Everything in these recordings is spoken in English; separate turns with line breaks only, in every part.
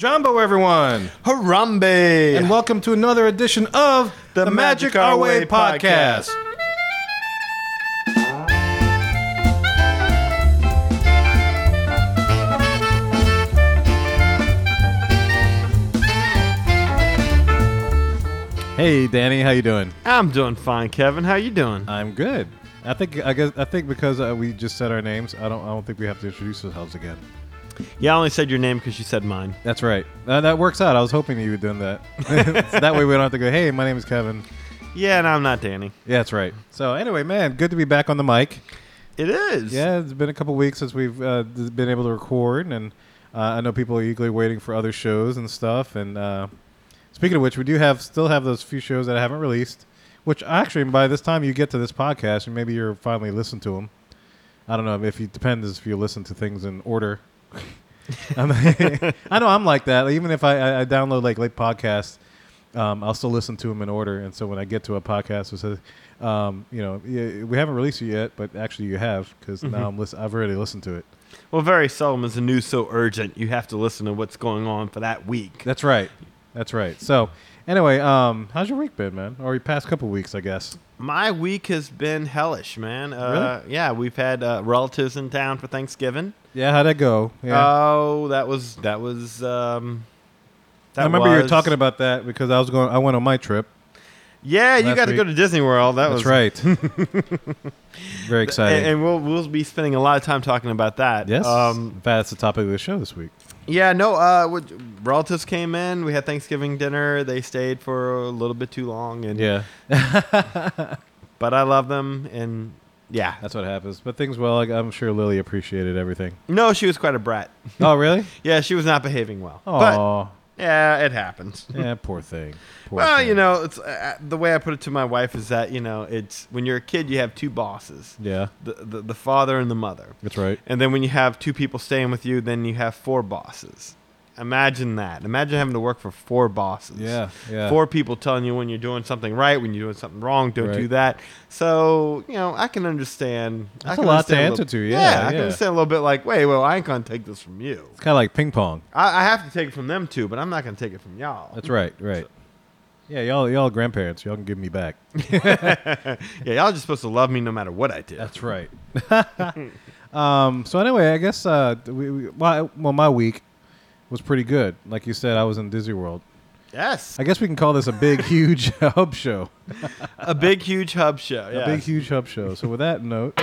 Jumbo, everyone,
Harambe!
and welcome to another edition of the, Magic, Our Way, podcast. Hey, Danny, how you doing?
I'm doing fine, Kevin. How you doing?
I'm good. I think I guess I think because uh, we just said our names, I don't I don't think we have to introduce ourselves again.
yeah, I only said your name because you said mine.
That's right. Uh, that works out. I was hoping you were doing that. so that way we don't have to go. Hey, my name is Kevin.
Yeah, and I'm not Danny.
Yeah, that's right. So anyway, man, good to be back on the mic.
It is.
Yeah, it's been a couple weeks since we've uh, d- been able to record, and uh, I know people are eagerly waiting for other shows and stuff. And uh, speaking of which, we do have still have those few shows that I haven't released. Which actually, by this time you get to this podcast, and maybe you're finally listened to them. I don't know if you depends if you listen to things in order. I'm- I know I'm like that. Even if I, I, I download like late podcasts, um, I'll still listen to them in order. And so when I get to a podcast that says, um, you know, yeah, we haven't released it yet, but actually you have because
Mm-hmm.
now I'm listen- I've already listened to it.
Well, very seldom is the news so urgent you have to listen to what's going on for that week.
That's right. That's right. So anyway, um, how's your week been, man? Or your past couple weeks, I guess.
My week has been hellish, man. Uh, Yeah, we've had uh, relatives in town for Thanksgiving.
Yeah, how'd that go? Yeah.
Oh, that was that was. Um, that
I remember you were
was-
talking about that because I was going. I went on my trip.
Yeah, you
last
got to go
week.
to Disney World. That
That's right.
was
Very exciting.
And, and we'll we'll be spending a lot of time talking about that.
yes.
Um,
In fact, that's the topic of the show this week.
Yeah, no. Uh, what- relatives came in. We had Thanksgiving dinner. They stayed for a little bit too long, and
Yeah.
But I love them, and yeah.
That's what happens. But things well. Like, I'm sure Lily appreciated everything.
No, she was quite a brat.
Oh, really?
Yeah, she was not behaving well. But
Oh,
yeah, it happens.
yeah. Poor thing. Poor
Well,
thing.
you know, it's uh, the way I put it to my wife is that you know, it's when you're a kid, you have two bosses,
Yeah,
the the, the father and the mother,
that's right.
and then when you have two people staying with you, then you have four bosses. Imagine that. Imagine having to work for four bosses.
Yeah, yeah.
four people telling you when you're doing something right, when you're doing something wrong, don't do
Right.
that. So you know, I can understand. I
That's
can
a lot to
understand
answer to,
little-
yeah,
I can
yeah.
understand a little bit. Like, wait, well, I ain't gonna take this from you.
It's kind of like ping pong.
I, I have to take it from them too, but I'm not gonna take it from y'all.
That's right, right. Yeah, y'all, y'all grandparents, y'all can give me back.
yeah, y'all just supposed to love me no matter what I did.
That's right. um, so anyway, I guess uh, we, we, my, well, my week was pretty good. Like you said, I was in Disney World.
yes,
I guess we can call this a big, huge hub show.
a big, huge hub show. Yeah.
A big, huge hub show. So with that note.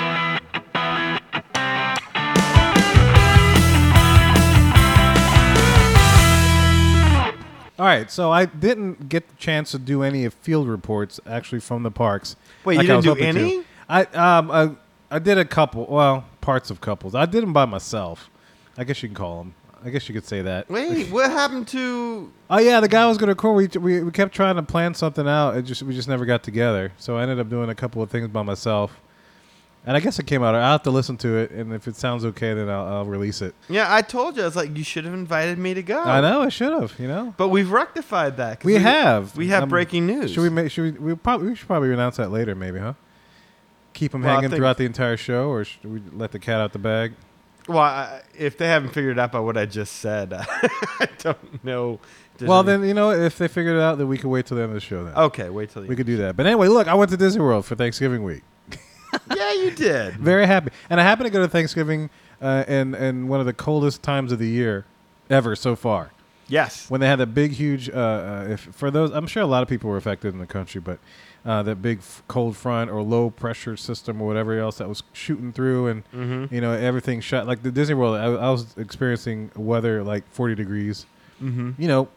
All right, so I didn't get the chance to do any of field reports actually from the parks.
Wait, you
I
didn't
was
do
hoping to.
any?
I um I, I did a couple. Well, parts of couples. I did them by myself. I guess you can call them. I guess you could say that.
Wait, what happened to?
Oh yeah, the guy was gonna record. We, we we kept trying to plan something out. It just we just never got together. So I ended up doing a couple of things by myself, and I guess it came out. I'll have to listen to it, and if it sounds okay, then I'll, I'll release it.
Yeah, I told you. I was like, you should have invited me to go.
I know I should have. You know,
But we've rectified that. 'cause
we, have
Oh. We have
Um,
breaking news.
Should we make? Should we? We probably we should probably announce that later, maybe, huh? Keep them
Well, I
hanging
think-
throughout the entire show, or should we let the cat out the bag?
Well, I, if they haven't figured out by what I just said, I don't know. Does
well,
it-
then you know if they figured it out, then we could wait till the end of the show. Then
okay, wait till
we
you.
could do that. But anyway, look, I went to Disney World for Thanksgiving week.
yeah, you did.
Very happy. And I happened to go to Thanksgiving uh, in, in one of the coldest times of the year ever so far.
Yes,
When they had the big, huge, uh, uh, if, for those, I'm sure a lot of people were affected in the country, but uh, that big f- cold front or low pressure system or whatever else that was shooting through and,
Mm-hmm.
you know, everything shut. Like the Disney World, I, I was experiencing weather like 40 degrees. Mm-hmm. You know,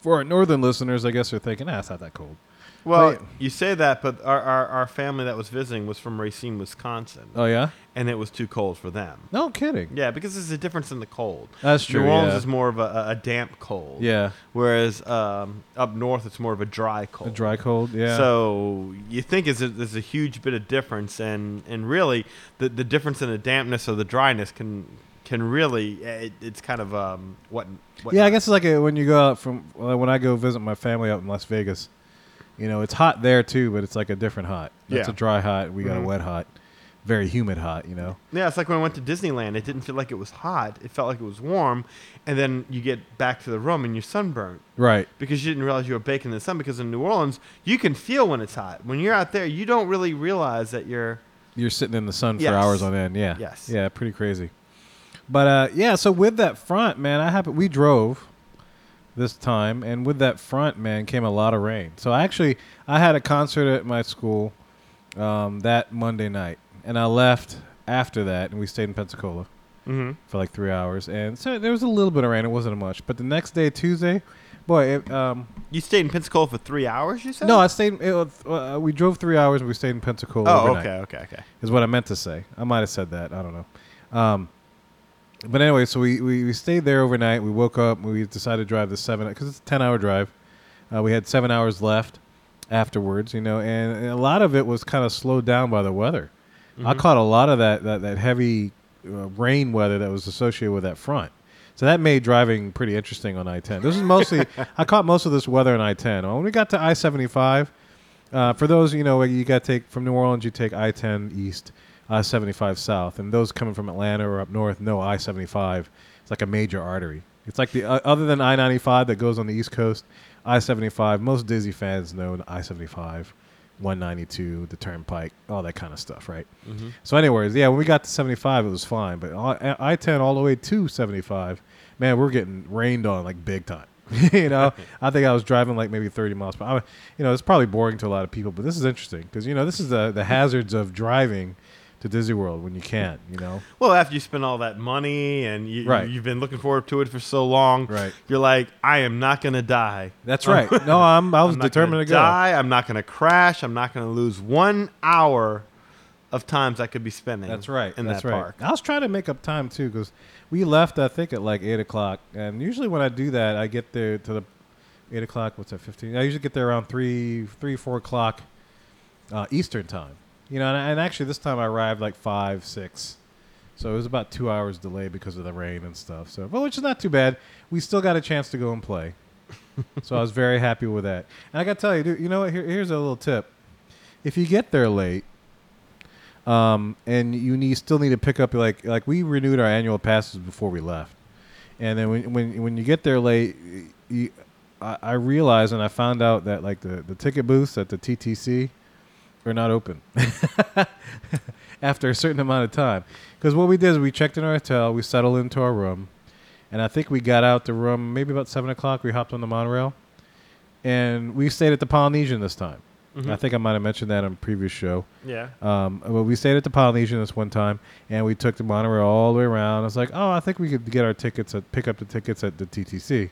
for our northern listeners, I guess they're thinking, ah, it's not that cold.
Well,
Wait.
you say that, but our, our our family that was visiting was from Racine, Wisconsin,
Oh, yeah?
and it was too cold for them.
No kidding.
Yeah, because there's a difference in the cold.
That's true,
New Orleans
yeah.
is more of a, a- a damp cold.
Yeah.
Whereas um, up north, it's more of a dry
A
cold.
dry cold. Yeah.
So you think is a, there's a huge bit of difference, and and really the the difference in the dampness or the dryness can can really eh, it, it's kind of um what, what
Yeah, I guess it's like a, when you go out from well, when I go visit my family out in Las Vegas. You know, it's hot there too, but it's like a different hot. That's
Yeah.
a dry hot. We got
Mhm.
a wet hot. very humid hot, you know.
Yeah, it's like when I went to Disneyland. It didn't feel like it was hot. It felt like it was warm. And then you get back to the room and you're sunburned
Right.
because you didn't realize you were baking in the sun. Because in New Orleans, you can feel when it's hot. When you're out there, you don't really realize that you're.
You're sitting in the sun for
Yes.
hours on end. Yeah.
Yes.
Yeah, pretty crazy. But uh, yeah, so with that front, man, I happen we drove this time, and with that front, man, came a lot of rain. So I actually I had a concert at my school um, that Monday night, and I left after that, and we stayed in Pensacola.
Mm-hmm.
for like three hours, and so there was a little bit of rain. It wasn't much, but the next day, Tuesday, boy, it, um,
You stayed in Pensacola for three hours, you said?
no, I stayed. It, was- uh, we drove three hours, and we stayed in Pensacola.
Oh,
overnight,
okay, okay, okay.
Is what I meant to say. I might have said that. I don't know. Um, but anyway, so we, we, we stayed there overnight. We woke up. We decided to drive the seven because it's a ten hour drive. Uh, we had seven hours left afterwards, you know, and, and a lot of it was kind of slowed down by the weather.
Mm-hmm.
I caught a lot of that that, that heavy uh, rain weather that was associated with that front. So that made driving pretty interesting on I ten. This is mostly I caught most of this weather on I ten. When we got to I seventy five, uh, for those you know, you got to take from New Orleans, you take I ten east, I seventy five south, and those coming from Atlanta or up north, no I seventy five. It's like a major artery. It's like the uh, other than I ninety five that goes on the east coast, I seventy five. Most Disney fans know I seventy five, one ninety two, the Turnpike, all that kind of stuff, right? So, anyways, yeah, when we got to seventy five, it was fine, but I ten all the way to seventy five, man, we're getting rained on like big time. you know, I think I was driving like maybe 30 miles per hour. You know, it's probably boring to a lot of people, but this is interesting because, you know, this is the, the hazards of driving to Disney World when you can't, you know?
Well, after you spend all that money and you,
Right.
you've been looking forward to it for so long,
Right.
you're like, I am not going to die.
That's right. No, I'm, I was
I'm not
determined to
gonna
go.
die. I'm not going to crash. I'm not going to lose one hour of times I could be spending.
That's right.
In
that's
that
right.
park.
I was trying to make up time too because we left, I think, at like 8 o'clock. And usually when I do that, I get there to the 8 o'clock, what's that, 15? I usually get there around 3, 3 4 o'clock uh, Eastern time. You know, and, and actually this time I arrived like 5, 6. So it was about two hours delay because of the rain and stuff. So, but which is not too bad. We still got a chance to go and play. so I was very happy with that. And I got to tell you, dude, you know what? Here, here's a little tip. If you get there late, um, and you need still need to pick up like like we renewed our annual passes before we left, and then when when when you get there late, you, I, I realized and I found out that like the the ticket booths at the TTC are not open after a certain amount of time. Because what we did is we checked in our hotel, we settled into our room, and I think we got out the room maybe about seven o'clock. We hopped on the monorail, and we stayed at the Polynesian this time. I think I might have mentioned that on a previous show.
Yeah.
Um, but we stayed at the Polynesian this one time, and we took the monorail all the way around. I was like, oh, I think we could get our tickets, at, pick up the tickets at the TTC.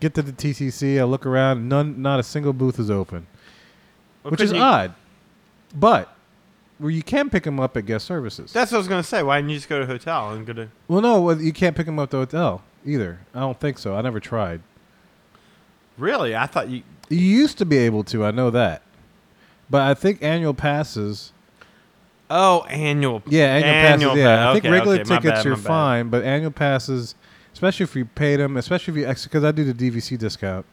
Get to the TTC, I look around, none, not a single booth is open,
Well,
which
couldn't
is
you-
odd. But well, you can pick them up at guest services.
That's what I was going to say. Why didn't you just go to a hotel and go to?
well, no, well, you can't pick them up at the hotel either. I don't think so. I never tried.
Really? I thought you.
You used to be able to. I know that, but I think annual passes.
Oh, annual.
Yeah, annual, passes. Yeah,
pass.
I think
Okay,
regular
okay, my
tickets
bad,
you're
my bad.
fine, but annual passes, especially if you paid them, especially if you extra, because I do the DVC discount.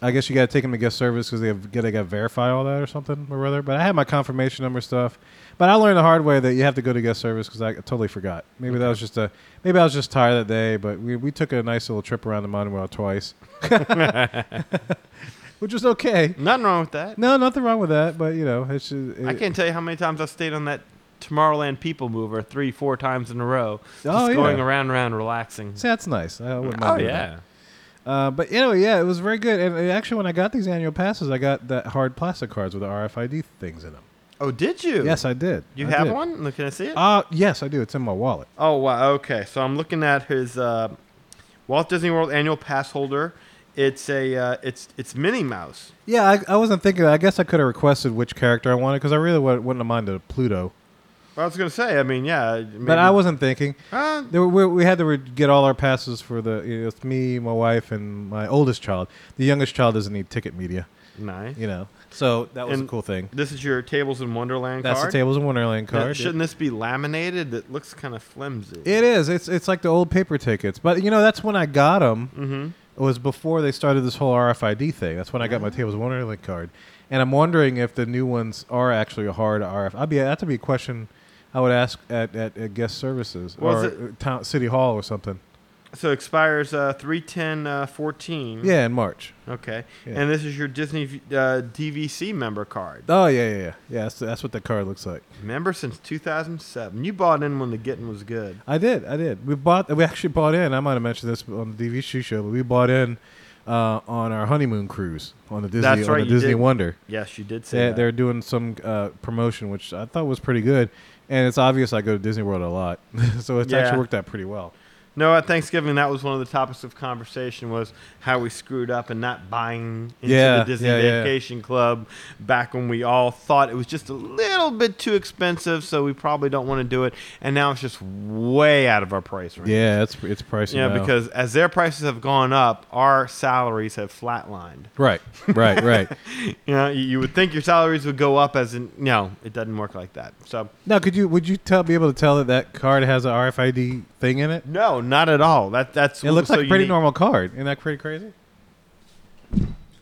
I guess you got to take them to guest service because they have, gotta got to verify all that or something or other. But I had my confirmation number stuff, but I learned the hard way that you have to go to guest service because I totally forgot. Maybe that was just a maybe I was just tired that day. But we, we took a nice little trip around the monorail twice, which was okay.
Nothing wrong with that.
No, nothing wrong with that. But you know, it's just,
I
it-
can't tell you how many times I've stayed on that Tomorrowland People Mover three, four times in a row.
Oh,
just
yeah.
going around and around, relaxing.
See, that's nice. I wouldn't mind
Oh,
doing that.
yeah.
Uh, but anyway, yeah, it was very good. And uh, actually, when I got these annual passes, I got that hard plastic cards with the RFID things in them.
Oh, did you?
Yes, I did.
You
I
have
did.
one? Look, Can I see it?
Uh, yes, I do. It's in my wallet.
Oh wow, okay. So I'm looking at his uh, Walt Disney World annual pass holder. It's a uh, it's it's Minnie Mouse.
Yeah, I, I wasn't thinking. I guess I could have requested which character I wanted because I really wouldn't, wouldn't have minded Pluto.
I was gonna say, I mean, yeah, maybe,
But I wasn't thinking.
Uh,
There were, we had to re- get all our passes for the. You know, it's me, my wife, and my oldest child. The youngest child doesn't need ticket media,
nice.
you know. So that was
And
a cool thing.
This is your Tables in Wonderland
That's
card.
the Tables in Wonderland
Now,
card.
shouldn't this be laminated? It looks kind of flimsy.
It is. It's it's like the old paper tickets. But you know, that's when I got them.
Mm-hmm.
It was before they started this whole RFID thing. That's when I got my Tables of Wonderland card, and I'm wondering if the new ones are actually a hard RF. I'd be that'd be a question I would ask at, at, at guest services
Was
or
it-
uh, town, city hall or something.
So it expires uh, 310 uh, 14.
Yeah, in March.
Okay.
Yeah.
And this is your Disney uh, DVC member card.
Oh yeah, yeah, yeah. yeah that's, that's what the card looks like.
Member since 2007. You bought in when the getting was good.
I did, I did. We bought, we actually bought in. I might have mentioned this on the DVC show, but we bought in uh, on our honeymoon cruise on the Disney,
That's
on
right,
the
you
Disney
did.
Wonder.
Yes, you did say
They,
that.
they're doing some uh, promotion, which I thought was pretty good. And it's obvious I go to Disney World a lot, so it's
Yeah.
actually worked out pretty well.
No, at Thanksgiving, that was one of the topics of conversation was how we screwed up and not buying into
Yeah,
the Disney
yeah, yeah.
Vacation Club back when we all thought it was just a little bit too expensive, so we probably don't want to do it. And now it's just way out of our price range.
Yeah, it's it's pricey.
Yeah,
now.
because as their prices have gone up, our salaries have flatlined.
right, right, right.
You know, you, you would think your salaries would go up as in no, it doesn't work like that. So
Now, could you would you tell be able to tell that that card has an RFID thing in it?
no, not at all. That that's
It looks
so
like a
you
pretty
need-
normal card. Isn't that pretty crazy?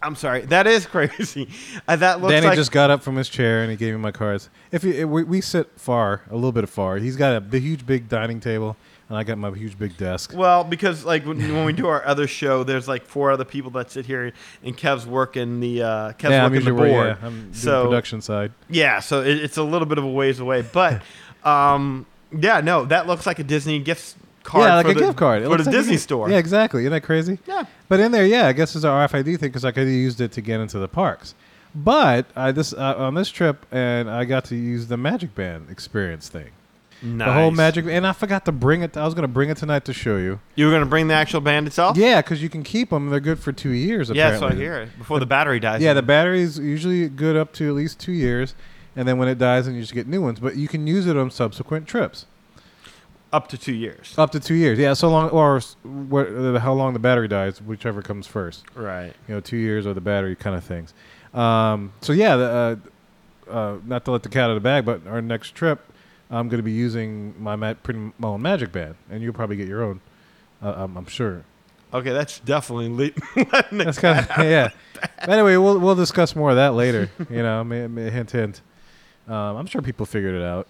I'm sorry, that is crazy. Uh, that looks
Danny
like
just got up from his chair and he gave me my cards. If you, we, we sit far, a little bit far. He's got a big, huge big dining table, and I got my huge big desk.
Well, because like when, when we do our other show, there's like four other people that sit here, and Kev's working the uh, Kev's
yeah, I'm
working the
usually
board.
where- yeah, I'm doing
so
production side.
yeah, so it, it's a little bit of a ways away, but um, yeah, no, that looks like a Disney gift card.
yeah, like
for
a
the,
gift card It
for
looks
the
like a
Disney
gift-
store.
Yeah, exactly. Isn't that crazy?
Yeah.
But in there, yeah, I guess it's an RFID thing because I could have used it to get into the parks. But I this uh, on this trip, and I got to use the Magic Band experience thing. The whole
Nice.
Magic, and I forgot to bring it. I was going to bring it tonight to show you.
You were gonna bring the actual band itself.
Yeah, because you can keep them; they're good for two years.
Oh. yeah, so I
Apparently.
hear it before the battery dies.
Yeah, the battery's usually good up to at least two years, and then when it dies, then you just get new ones. But you can use it on subsequent trips,
up to two years.
up to two years. Yeah, so long or s- what, uh, how long the battery dies, whichever comes first.
Right.
You know, two years or the battery kind of things. Um, so yeah, the, uh, uh, not to let the cat out of the bag, but our next trip, I'm going to be using my ma- pretty my own Magic Band, and you'll probably get your own. Uh, I'm, I'm sure.
Okay, that's definitely le-
That's kind of yeah. But anyway, we'll we'll discuss more of that later. You know, I mean, hint hint. Um, I'm sure people figured it out.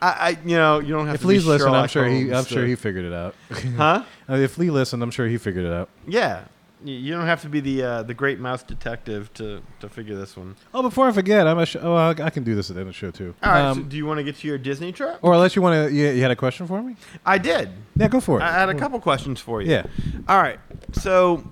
I, I, you know, you don't have
If
to. be
Lee's listened, I'm
Sherlock
sure he
Holmes
I'm
to-
sure he figured it out.
Huh?
Uh, if Lee listened, I'm sure he figured it out.
Yeah, Y- you don't have to be the uh, the great mouse detective to to figure this one.
Oh, before I forget, I'm a sh- oh, I, I can do this at the end of the show too.
All right.
Um,
so do you want to get to your Disney trip?
or unless you want to, you, you had a question for me?
I did.
Yeah, go for it.
I had a couple questions for you.
Yeah.
All right. So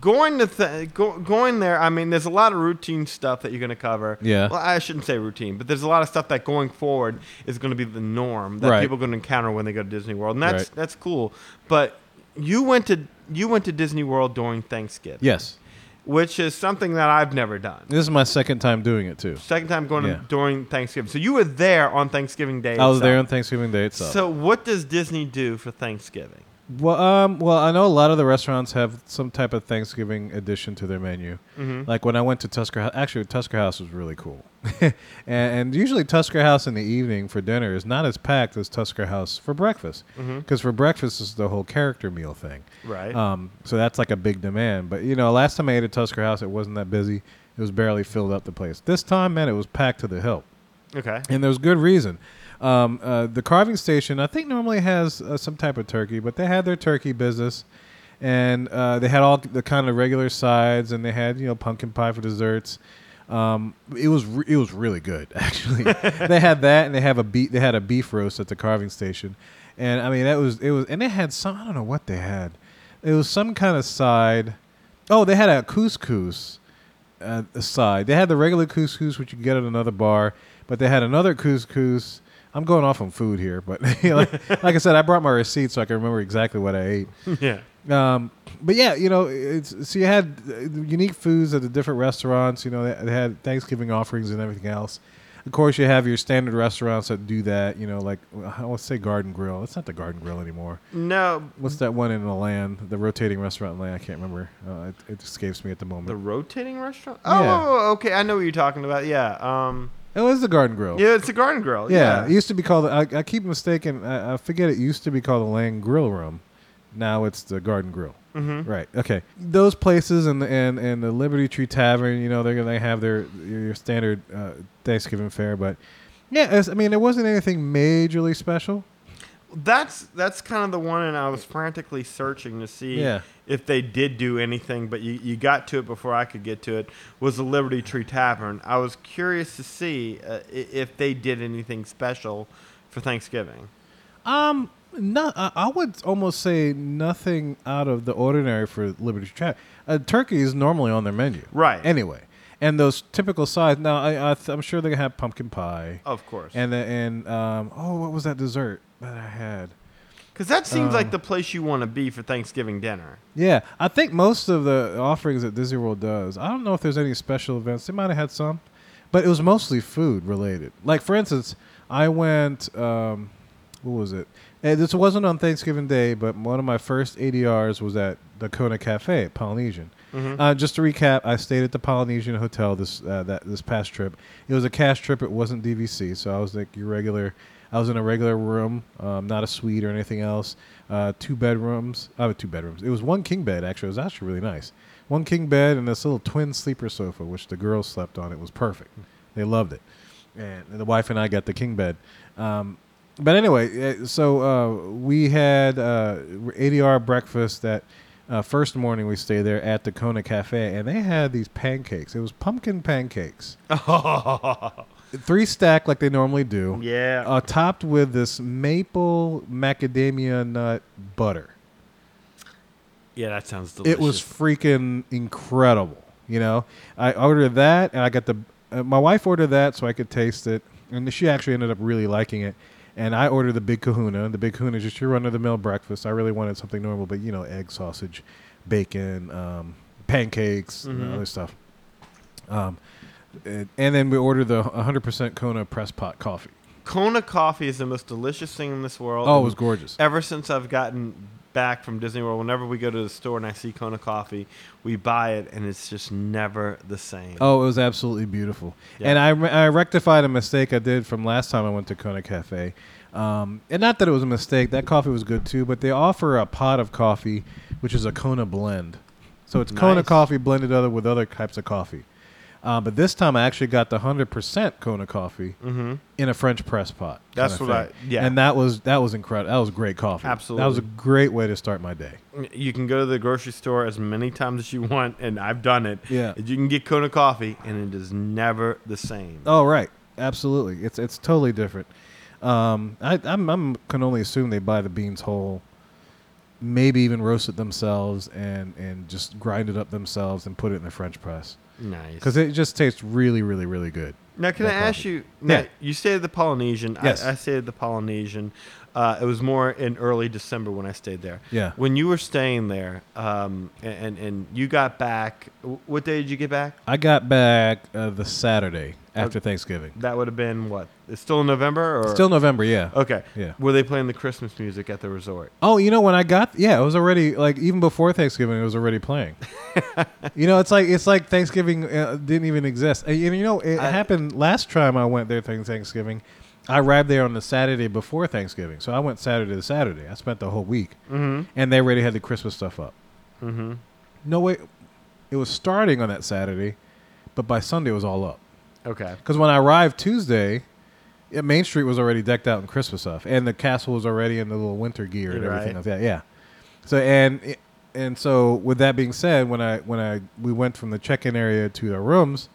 going to th- go, going there, I mean, there's a lot of routine stuff that you're going to cover.
Yeah.
Well, I shouldn't say routine, but there's a lot of stuff that going forward is going to be the norm that
Right.
people are going to encounter when they go to Disney World, and that's
Right.
that's cool. But you went to you went to Disney World during Thanksgiving,
Yes,
which is something that I've never done.
this is my second time doing it too.
Second time going
Yeah.
during Thanksgiving. So you were there on Thanksgiving Day.
I was there on
itself.
Thanksgiving Day itself.
So what does Disney do for Thanksgiving?
Well, um, well, I know a lot of the restaurants have some type of Thanksgiving addition to their menu.
Mm-hmm.
Like when I went to Tusker House, actually Tusker House was really cool. and, and usually Tusker House in the evening for dinner is not as packed as Tusker House for breakfast, because for breakfast is the whole character meal thing.
Mm-hmm. Right.
Um, so that's like a big demand. But you know, last time I ate at Tusker House, it wasn't that busy. It was barely filled up the place. This time, man, it was packed to the hilt
Okay.
and there's good reason. Um, uh, the carving station, I think, normally has uh, some type of turkey, but they had their turkey business, and uh, they had all the kind of regular sides, and they had you know pumpkin pie for desserts. Um, it was re- it was really good actually. they had that, and they have a beef. They had a beef roast at the carving station, and I mean that was it was, and they had some. I don't know what they had. It was some kind of side. Oh, they had a couscous uh, side. They had the regular couscous, which you get at another bar, but they had another couscous. I'm going off on food here, but like, like I said, I brought my receipt so I can remember exactly what I ate.
Yeah.
Um, but yeah, you know, it's so you had uh, unique foods at the different restaurants. You know, they, they had Thanksgiving offerings and everything else. Of course, you have your standard restaurants that do that. You know, like uh, I would say Garden Grill. It's not the Garden Grill anymore.
No,
What's that one in the land? The rotating restaurant in land. I can't remember. Uh, it, it escapes me at the moment.
the rotating restaurant. Oh,
Yeah.
oh, okay. I know what you're talking about. Yeah. Um.
it was the Garden Grill.
Yeah, it's a garden grill.
Oh. Yeah,
Oh, Yeah.
it used to be called. I, I keep mistaken. I, I forget it used to be called the Land Grill Room. Now it's the Garden Grill.
Mm-hmm.
Right. Okay. Those places and the and, and the Liberty Tree Tavern. You know, they're gonna have their your your standard uh, Thanksgiving fare, but Yeah, it's- I mean, it wasn't anything majorly special.
That's that's kind of the one, and I was frantically searching to see
Yeah.
if they did do anything, but you, you got to it before I could get to it. Was the Liberty Tree Tavern? I was curious to see uh, i- if they did anything special for Thanksgiving.
Um, no, I I would almost say nothing out of the ordinary for Liberty Chat. Uh, turkey is normally on their menu,
Right.
Anyway, and those typical sides. Now, I, I th- I'm sure they're gonna have pumpkin pie,
Of course,
and the, and um, oh, what was that dessert that I had?
because that seems
um,
like the place you want to be for Thanksgiving dinner.
Yeah, I think most of the offerings that Disney World does. I don't know if there's any special events. They might have had some, but it was mostly food related. Like for instance, I went. Um, what was it? And this wasn't on Thanksgiving Day, but one of my first ADRs was at the Kona Cafe, Polynesian. Uh, just to recap, I stayed at the Polynesian Hotel this uh, that this past trip. It was a cash trip. It wasn't DVC, so I was like your regular. I was in a regular room, um, not a suite or anything else. Uh, two bedrooms. I uh, two bedrooms. It was one king bed actually. It was actually really nice. One king bed and this little twin sleeper sofa, which the girls slept on. It was perfect. They loved it, and the wife and I got the king bed. Um, but anyway, uh, so uh, we had uh, ADR breakfast that uh, first morning we stayed there at the Kona Cafe, and they had these pancakes. It was pumpkin pancakes, three stack like they normally do
yeah.
uh, topped with this maple macadamia nut butter.
yeah, that sounds delicious.
It was freaking incredible. You know, I ordered that, and I got the uh, my wife ordered that so I could taste it, and she actually ended up really liking it. And I ordered the Big Kahuna, and the Big Kahuna is just your run-of-the-mill breakfast. I really wanted something normal, but you know, egg, sausage, bacon, um, pancakes, and
Mhm.
other stuff. Um, and and then we ordered the 100% Kona press pot coffee.
Kona coffee is the most delicious thing in this world.
Oh, it
and
was gorgeous.
ever since I've gotten back from Disney World, whenever we go to the store and I see Kona coffee, we buy it, and it's just never the same.
Oh, it was absolutely beautiful.
Yeah.
And I, re- I rectified a mistake I did from last time I went to Kona Cafe. Um, and not that it was a mistake, that coffee was good too, but they offer a pot of coffee, which is a Kona blend. So it's Kona
Nice.
coffee blended other with other types of coffee. Uh, but this time I actually got the 100% Kona coffee
Mm-hmm.
in a French press pot.
That's
kinda
what
thing.
I- yeah.
And that was that was incredible. That was great coffee. That was a
Absolutely.
great way to start my day.
You can go to the grocery store as many times as you want, and I've done it.
Yeah.
You can get Kona coffee, and it is never the same.
Oh right, absolutely. It's it's totally different. Um, I I'm, I'm can only assume they buy the beans whole, maybe even roast it themselves and and just grind it up themselves and put it in the French press
Nice.
because it just tastes really really really good.
Now, can
No
I ask
coffee.
you? Now,
Yeah.
You stayed at the Polynesian.
Yes.
I, I stayed at the Polynesian. Uh, it was more in early December when I stayed there.
Yeah.
When you were staying there, um, and, and and you got back. wh- What day did you get back?
I got back uh, the Saturday after Thanksgiving.
That would have been what? It's still in November, or
Still November, yeah.
Okay.
Yeah.
Were they playing the Christmas music at the resort?
Oh, you know when I got yeah, it was already like even before Thanksgiving, it was already playing. you know, it's like it's like Thanksgiving uh, didn't even exist. And, and you know, it
I-
happened last time I went there during Thanksgiving. I arrived there on the Saturday before Thanksgiving, so I went Saturday to Saturday. I spent the whole week,
Mm-hmm.
and they already had the Christmas stuff up.
Mm-hmm.
No way, it was starting on that Saturday, but by Sunday it was all up.
Okay.
Because when I arrived Tuesday, yeah, Main Street was already decked out in Christmas stuff, and the castle was already in the little winter gear and
You're
everything
right.
like that. Yeah. So and and so with that being said, when I when I we went from the check-in area to our rooms,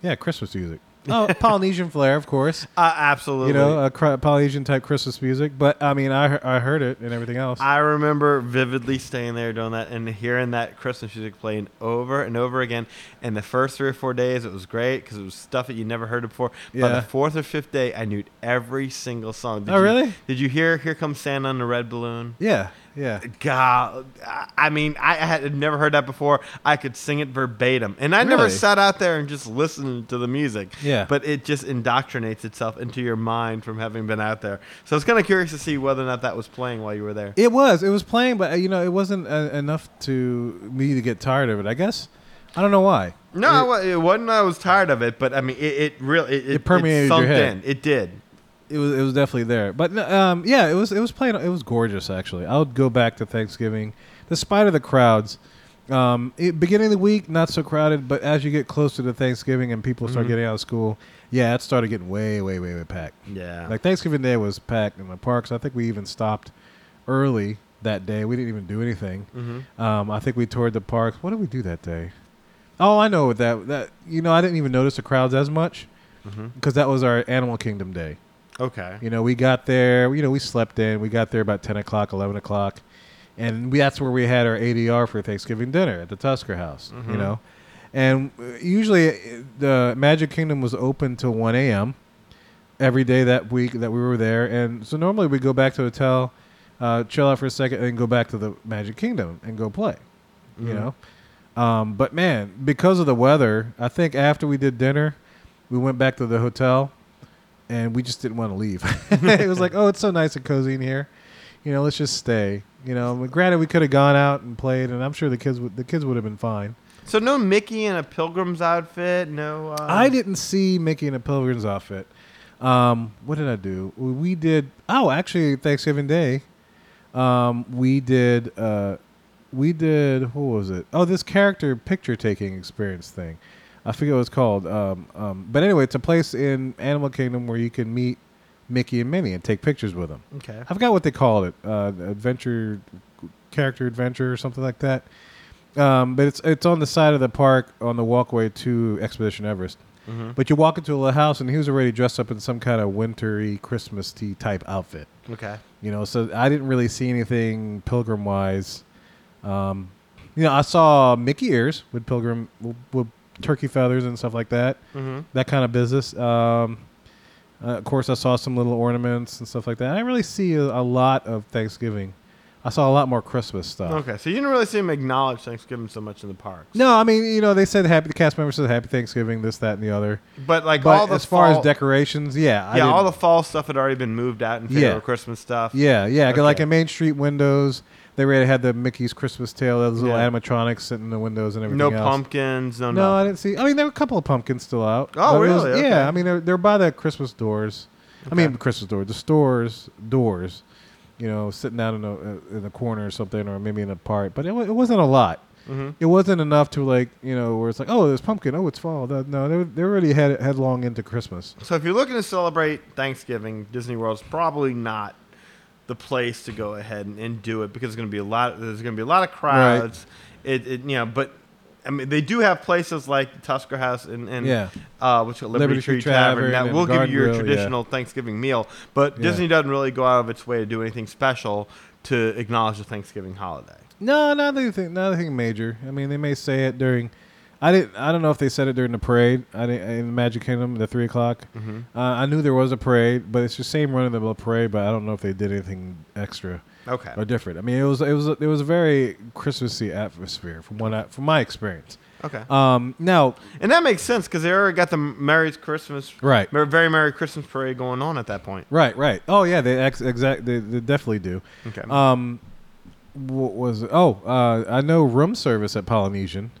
yeah, Christmas music. Oh, Polynesian flair, of course.
Uh, absolutely.
You know, uh, cr- Polynesian type Christmas music. But I mean, I he- I heard it and everything else.
I remember vividly staying there doing that and hearing that Christmas music playing over and over again. And the first three or four days, it was great because it was stuff that you never heard before. By
Yeah.
the fourth or fifth day, I knew every single song. Did
Oh,
you-
really?
Did you hear "Here Comes Santa on the Red Balloon"?
yeah, yeah.
God, I I mean, I had never heard that before. I could sing it verbatim, and I never
Really?
sat out there and just listened to the music.
Yeah.
but it just indoctrinates itself into your mind from having been out there. So I was kind of curious to see whether or not that was playing while you were there.
It was. It was playing, but uh, you know, it wasn't uh, enough to me to get tired of it. I guess. I don't know why.
No, I wa- it, wasn't. I was tired of it, but I mean, it, it really it,
permeated your
sunk
head.
in. It did.
it was it was definitely there. But um, yeah, it was it was playing. It was gorgeous actually. I would go back to Thanksgiving, despite of the crowds. Um, it, beginning of the week, not so crowded, but as you get closer to Thanksgiving and people start
Mhm.
getting out of school, yeah, it started getting way, way, way, way packed.
Yeah.
Like Thanksgiving Day was packed in the parks. I think we even stopped early that day. We didn't even do anything.
hmm
Um, I think we toured the parks. What did we do that day? Oh, I know what that that you know I didn't even notice the crowds as much
hmm
because that was our Animal Kingdom day.
Okay.
You know, we got there. You know, we slept in. We got there about ten o'clock, eleven o'clock, and we, that's where we had our ADR for Thanksgiving dinner at the Tusker House.
Mhm.
You know, and uh, usually uh, the Magic Kingdom was open till one a.m. every day that week that we were there, and so normally we go back to the hotel, uh, chill out for a second, and then go back to the Magic Kingdom and go play. You
Mhm.
know, um, but man, because of the weather, I think after we did dinner, we went back to the hotel and we just didn't want to leave. it was like, oh, it's so nice and cozy in here. You know, let's just stay. You know, but granted, we could have gone out and played, and I'm sure the kids would the kids would have been fine.
So no Mickey in a pilgrim's outfit. No. Um,
I didn't see Mickey in a pilgrim's outfit. Um, what did I do? We did. Oh, actually, Thanksgiving Day, um, we did. Uh, we did. What was it? Oh, this character picture taking experience thing. I forget what it's called. Um, um, but anyway, it's a place in Animal Kingdom where you can meet Mickey and Minnie and take pictures with them.
Okay.
I forgot what they called it. Uh, adventure, character adventure, or something like that. Um, but it's it's on the side of the park on the walkway to Expedition Everest.
hmm
But you walk into a little house, and he was already dressed up in some kind of wintry Christmas tea type outfit.
Okay.
You know, so I didn't really see anything pilgrim wise. Um, you know, I saw Mickey ears with pilgrim with, with turkey feathers and stuff like that
Mm-hmm.
that kind of business. Um, uh, of course, I saw some little ornaments and stuff like that. I didn't really see a, a lot of Thanksgiving. I saw a lot more Christmas stuff.
Okay. So you didn't really see him acknowledge Thanksgiving so much in the parks.
No, I mean, you know, they said happy. The cast members said happy Thanksgiving, this, that, and the other.
But like
but
all the
as far
fall-
as decorations, yeah, I
yeah, all the
didn't-
fall stuff had already been moved out in favor
Yeah.
of Christmas stuff.
yeah, yeah, 'cause like
Okay.
in Main Street windows, they already had the Mickey's Christmas tail, those little
Yeah.
animatronics sitting in the windows and everything.
No
else.
pumpkins. No.
No, I
No.
didn't see. I mean, there were a couple of pumpkins still out. But it
Oh,
was-
really? Okay.
Yeah, I mean, they're, they're by the Christmas doors. I mean,
Okay.
Christmas doors, the stores doors. You know, sitting down in a uh, in the corner or something, or maybe in a part. But it, wa- it wasn't a lot.
hmm
It wasn't enough to like you know where it's like, oh, there's pumpkin. Oh, it's fall. That- No, they they already head headlong into Christmas.
So if you're looking to celebrate Thanksgiving, Disney World's probably not the place to go ahead and, and do it because there's going to be a lot. There's going to be a lot of crowds. It, it you know, but I mean, they do have places like Tusker House and, and
Yeah.
uh, which Liberty,
Liberty
Tree
Tree Tavern
Tavern that
and
will give
Garden
you your
Grill, yeah.
traditional Thanksgiving meal. But
Yeah.
Disney doesn't really go out of its way to do anything special to acknowledge the Thanksgiving holiday.
No, not anything, not anything major. I mean, they may say it during. I didn't. I don't know if they said it during the parade. I didn't, in Magic Kingdom, the three o'clock.
Mhm.
Uh, I knew there was a parade, but it's the same run of the mill parade. But I don't know if they did anything extra
Okay.
or different. I mean, it was it was it was a very Christmassy atmosphere from what I, from my experience.
Okay.
Um, now,
And that makes sense because they already got the Merry Christmas,
right,
Mer- very Merry Christmas parade going on at that point.
right, right. Oh yeah, they ex- exact they, they definitely do.
Okay.
Um, what was it? Oh, uh, I know room service at Polynesian.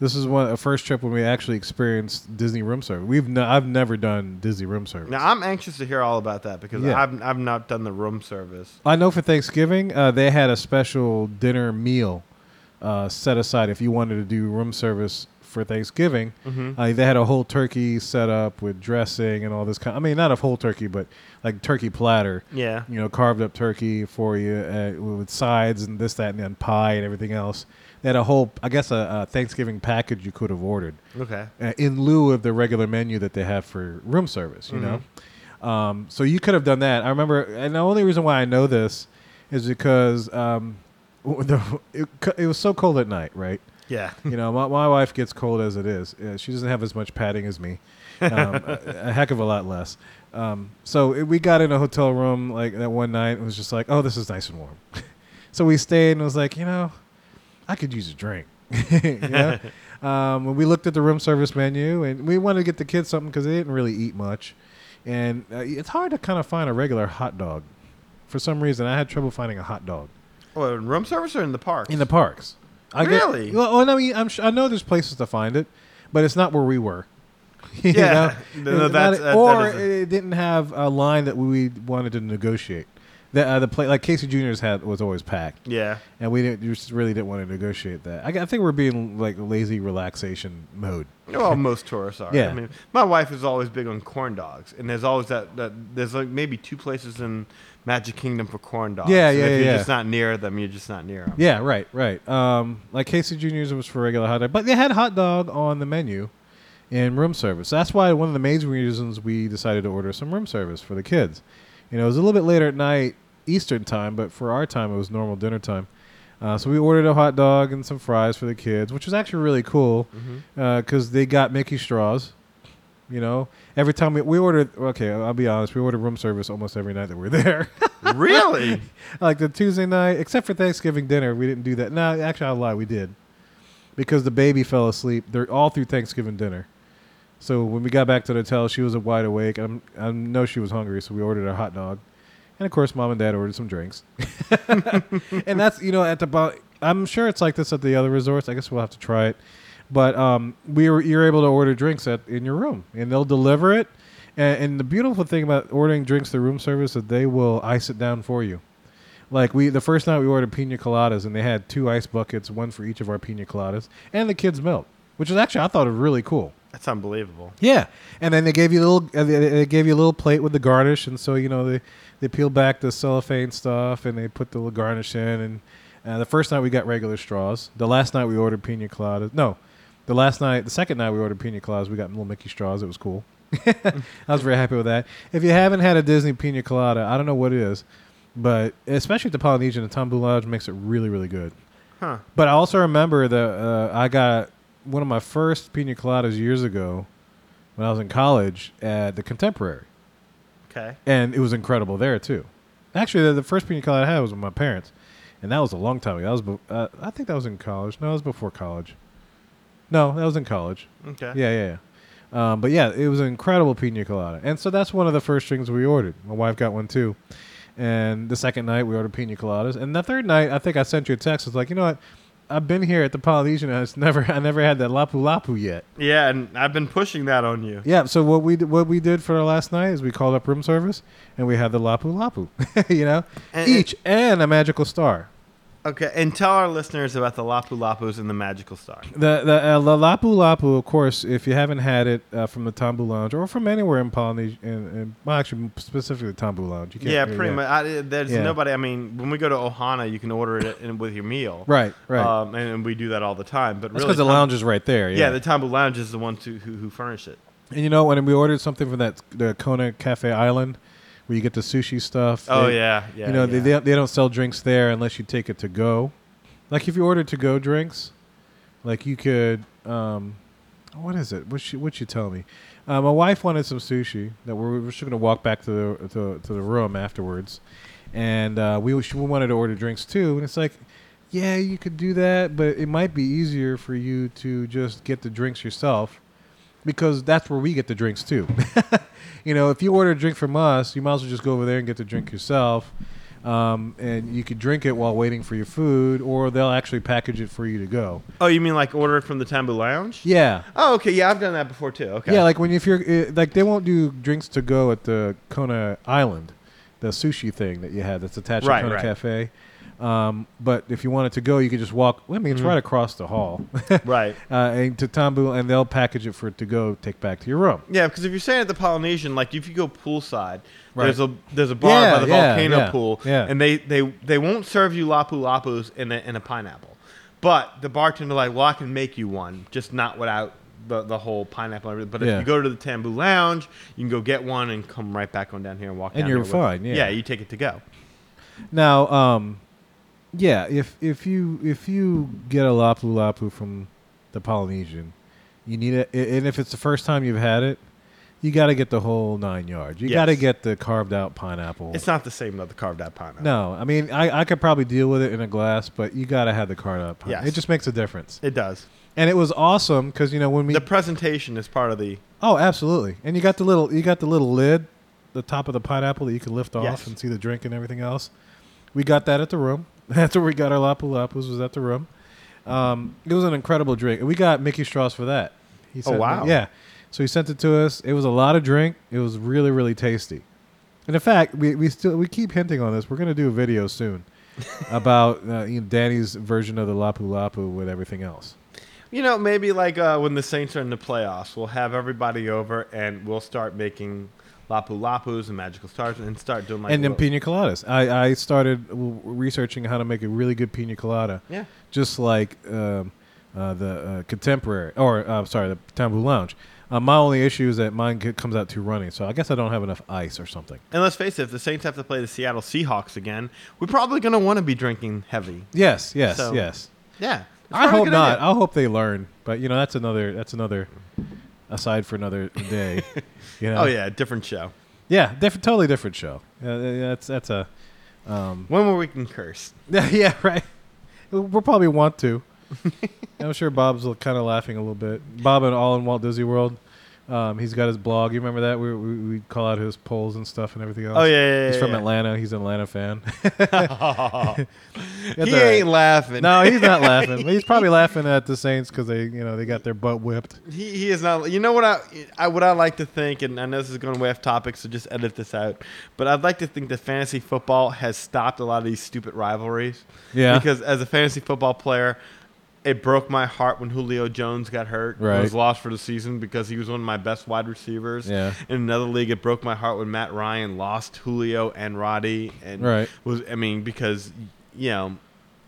This is one a first trip when we actually experienced Disney room service. We've no, I've never done Disney room service.
now I'm anxious to hear all about that because
Yeah.
I've I've not done the room service.
I know for Thanksgiving, uh, they had a special dinner meal uh, set aside if you wanted to do room service for Thanksgiving.
Mhm.
Uh, they had a whole turkey set up with dressing and all this kind. I mean, not a whole turkey, but like turkey platter.
Yeah.
You know, carved up turkey for you uh, with sides and this, that, and then pie and everything else. They had a whole, I guess, a, a Thanksgiving package you could have ordered
Okay.
uh, in lieu of the regular menu that they have for room service, you know? Um, so you could have done that. I remember, and the only reason why I know this is because um, w- the, it, c- it was so cold at night, right?
Yeah.
You know, my, my wife gets cold as it is. Uh, she doesn't have as much padding as me, um, a, a heck of a lot less. Um, so it, we got in a hotel room like that one night. It was just like, oh, this is nice and warm. so we stayed and was like, you know, I could use a drink. you know? um, we looked at the room service menu and we wanted to get the kids something because they didn't really eat much. And uh, it's hard to kind of find a regular hot dog. For some reason, I had trouble finding a hot dog.
Oh, in room service or in the park?
In the parks. I
Really?
Get, well, well, I mean, I'm su I know there's places to find it, but it's not where we were. You
Yeah. No, no,
It's not-
that's- that- that
or
is a-
it didn't have a line that we wanted to negotiate. the uh, the play like Casey Junior's had was always packed,
Yeah.
and we didn't just really didn't want to negotiate that. I, g- I think we're being like lazy relaxation mode.
Well, most tourists are.
Yeah.
I mean, my wife is always big on corn dogs, and there's always that, that there's like maybe two places in Magic Kingdom for corn dogs.
Yeah,
and
yeah,
If you're
yeah.
just not near them, you're just not near them.
Yeah, right, right. Um, like Casey Junior's was for regular hot dog, but they had hot dog on the menu in room service. That's why one of the main reasons we decided to order some room service for the kids. You know, it was a little bit later at night, Eastern time, but for our time it was normal dinner time. Uh, so we ordered a hot dog and some fries for the kids, which was actually really cool because they got Mickey straws. You know, every time we, we ordered, okay, I'll be honest, we ordered room service almost every night that we were there.
really?
like the Tuesday night, except for Thanksgiving dinner, we didn't do that. No, actually, I'll lie, we did, because the baby fell asleep. They're all through Thanksgiving dinner. So when we got back to the hotel, she was wide awake. I'm, I know she was hungry, so we ordered a hot dog, and of course, mom and dad ordered some drinks. and that's you know at the bo- I'm sure it's like this at the other resorts. I guess we'll have to try it. But um, we were you're able to order drinks at in your room, and they'll deliver it. And, and the beautiful thing about ordering drinks through room service is they will ice it down for you. Like we, the first night we ordered pina coladas, and they had two ice buckets, one for each of our pina coladas, and the kids' milk, which is actually I thought was really cool.
That's unbelievable.
Yeah, and then they gave you a little, uh, they they gave you a little plate with the garnish, and so you know they they peel back the cellophane stuff and they put the little garnish in. And uh, the first night we got regular straws. The last night we ordered pina coladas. No, the last night, the second night we ordered pina coladas. We got little Mickey straws. It was cool. I was very happy with that. If you haven't had a Disney pina colada, I don't know what it is, but especially at the Polynesian, the Tambu Lodge makes it really, really good.
Huh.
But I also remember that uh, I got one of my first pina coladas years ago when I was in college at the Contemporary,
Okay.
and it was incredible there too. Actually, the, the first pina colada I had was with my parents, and that was a long time ago. That was, be- uh, I think that was in college. No, that was before college. No, that was in college.
Okay.
Yeah, yeah, yeah. Um, but yeah, it was an incredible pina colada, and so that's one of the first things we ordered. My wife got one too, and the second night we ordered pina coladas, and the third night I think I sent you a text. I was like, you know what? I've been here at the Polynesian. and It's never I never had that lapu lapu yet.
Yeah, and I've been pushing that on you.
Yeah. So what we d- what we did for our last night is we called up room service and we had the lapu lapu. you know,
And-
each and a magical star.
Okay, and tell our listeners about the Lapu Lapus and the Magical Star.
The the, uh, the lapu lapu, of course, if you haven't had it uh, from the Tambu Lounge or from anywhere in Polynesia, in, in, well, actually specifically the Tambu Lounge, you can't.
Yeah, pretty much. I, there's
Yeah.
nobody. I mean, when we go to Ohana, you can order it in, with your meal.
Right, right.
Um, and, and we do that all the time. But
That's
really,
because the
Tom-
lounge is right there. Yeah.
Yeah, the Tambu Lounge is the ones who, who who furnish it.
and you know when we ordered something from that the Kona Cafe Island, where you get the sushi stuff.
Oh
they-
yeah, yeah.
you know
yeah.
they, they they don't sell drinks there unless you take it to go. Like if you order to go drinks, like you could. Um, what is it? What she what you tell me? Uh, my wife wanted some sushi that we're, we're just going to walk back to the to, to the room afterwards, and uh, we she wanted to order drinks too. And it's like, yeah, you could do that, but it might be easier for you to just get the drinks yourself because that's where we get the drinks too. you know, if you order a drink from us, you might as well just go over there and get the drink yourself. Um, and you could drink it while waiting for your food, or they'll actually package it for you to go.
oh, you mean like order it from the Tambu Lounge?
Yeah.
Oh, okay. Yeah, I've done that before too. Okay.
Yeah, like when if you're uh, like they won't do drinks to go at the Kona Island, the sushi thing that you had that's attached
Right,
to Kona
right.
Cafe. Um, but if you wanted to go, you could just walk. I mean, it's
Mm-hmm.
right across the hall, uh,
right.
and to Tambu, and they'll package it for it to go take back to your room.
Yeah, because if you're staying at the Polynesian, like if you go poolside,
Right.
there's a there's a bar
Yeah,
by the
yeah,
volcano
yeah,
pool,
yeah.
and they, they they won't serve you lapu lapus in a, in a pineapple, but the bartender like, well, I can make you one, just not without the, the whole pineapple. and everything. But
Yeah.
if you go to the Tambu Lounge, you can go get one and come right back on down here and walk.
And
down
you're
here with it.
fine, yeah.
yeah, you take it to go.
Now, um, yeah, if if you if you get a lapu lapu from the Polynesian, you need it, and if it's the first time you've had it, you got to get the whole nine yards. You
Yes.
got to get the carved out pineapple.
It's not the same though, the carved out pineapple.
no, I mean I, I could probably deal with it in a glass, but you got to have the carved out pineapple.
Yes.
It just makes a difference,
It does.
and it was awesome because you know when we
The presentation is part of the
oh absolutely, and you got the little you got the little lid, the top of the pineapple that you can lift off
Yes.
and see the drink and everything else. We got that at the room. That's where we got our Lapu Lapus, was at the room. Um, it was an incredible drink. We got Mickey Strauss for that. He
Oh, wow.
Yeah. So he sent it to us. It was a lot of drink. It was really, really tasty. And in fact, we, we still we keep hinting on this. We're going to do a video soon about uh, you know, Danny's version of the Lapu Lapu with everything else.
You know, maybe like uh, when the Saints are in the playoffs, we'll have everybody over and we'll start making lapu lapus and magical stars and start doing like
and then
little-
pina coladas. I, I started w- researching how to make a really good pina colada,
yeah.
just like um, uh, the uh, contemporary, or uh, sorry, the Tambu Lounge. Uh, my only issue is that mine c- comes out too runny, so I guess I don't have enough ice or something.
And let's face it, if the Saints have to play the Seattle Seahawks again, we're probably going to want to be drinking heavy.
Yes, yes,
So-
yes.
Yeah. It's
I
probably a
hope
good
not.
idea.
I hope they learn, but you know that's another that's another aside for another day. you know?
Oh yeah, different show.
yeah, different, totally different show. Uh, uh, that's that's a um,
One where we can curse.
Yeah, yeah, right. We'll probably want to. I'm sure Bob's kind of laughing a little bit. Bob and All in Walt Disney World. Um, he's got his blog. You remember that? We we we call out his polls and stuff and everything else.
Oh yeah, yeah, yeah
He's from
yeah.
Atlanta. He's an Atlanta fan. That's
he
all right.
ain't laughing.
No, he's not laughing. But he's probably laughing at the Saints because they, you know, they got their butt whipped.
He, he is not. You know what I, I what I like to think, and I know this is going way off topic, so just edit this out. But I'd like to think that fantasy football has stopped a lot of these stupid rivalries.
Yeah.
Because as a fantasy football player, it broke my heart when Julio Jones got hurt. and
Right.
was lost for the season because he was one of my best wide receivers.
Yeah.
In another league, it broke my heart when Matt Ryan lost Julio and Roddy. And
Right.
Was I mean because you know.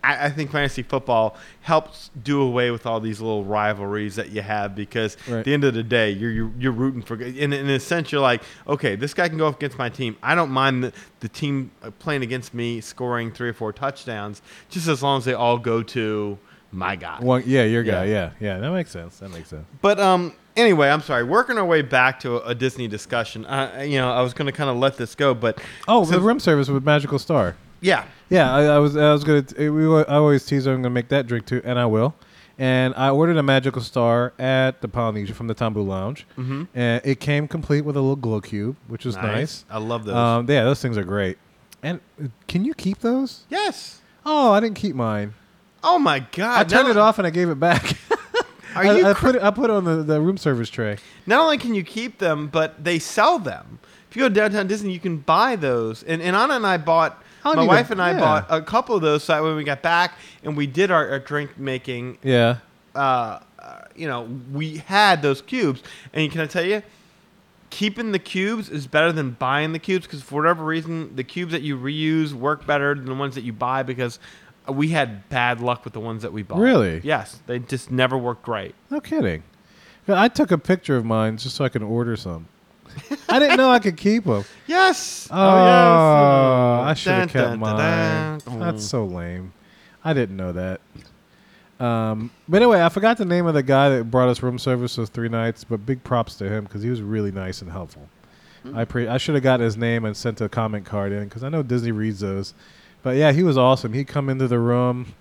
I, I think fantasy football helps do away with all these little rivalries that you have because
Right.
at the end of the day, you're you're, you're rooting for. And in a sense, you're like, okay, this guy can go up against my team. I don't mind the, the team uh, playing against me scoring three or four touchdowns, just as long as they all go to my guy.
One, yeah, your guy.
Yeah.
Yeah. yeah, That makes sense. That makes sense.
But um, anyway, I'm sorry. Working our way back to a, a Disney discussion. Uh, you know, I was going to kind of let this go, but
Oh, the
Since-
room service with Magical Star.
yeah,
Yeah, I, I was I was gonna t- we were, I always tease I'm gonna make that drink too, and I will. And I ordered a magical star at the Polynesia from the Tambu Lounge, mm-hmm. and it came complete with a little glow cube, which was nice.
I love those.
Um, yeah, those things are great. And uh, can you keep those?
yes.
Oh, I didn't keep mine.
Oh my God!
I turned
Now-
it off and I gave it back.
Are
I,
you
I put it, I put it on the, the room service tray.
not only can you keep them, but they sell them. If you go to downtown Disney, you can buy those. And, and Anna and I bought,
I
my
need
wife
to-
and I
yeah.
bought a couple of those. So that when we got back and we did our, our drink making,
Yeah.
uh, uh, you know, we had those cubes. And can I tell you, keeping the cubes is better than buying the cubes because for whatever reason, the cubes that you reuse work better than the ones that you buy because we had bad luck with the ones that we bought.
Really?
Yes. They just never worked right.
No kidding. Yeah, I took a picture of mine just so I could order some. I didn't know I could keep them.
Yes.
Oh, I should have kept mine. That's so lame. I didn't know that. Um, but anyway, I forgot the name of the guy that brought us room service those three nights. But big props to him because he was really nice and helpful. I pre- I should have gotten his name and sent a comment card in because I know Disney reads those. But yeah, he was awesome. He'd come into the room,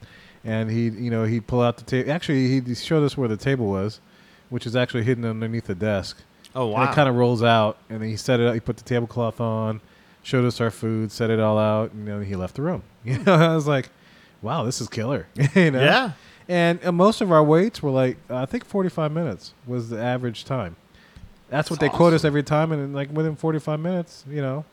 and he would you know he'd pull out the table. Actually, he he showed us where the table was, which is actually hidden underneath the desk.
Oh
And
wow.
it kind of rolls out, and then he set it up. He put the tablecloth on, showed us our food, set it all out, and then he left the room. You know, I was like, "Wow, this is killer." you know?
Yeah.
And uh, most of our waits were like, uh, I think forty-five minutes was the average time. That's what
That's
they quote us
awesome.
every time, and then, like within forty-five minutes, you know,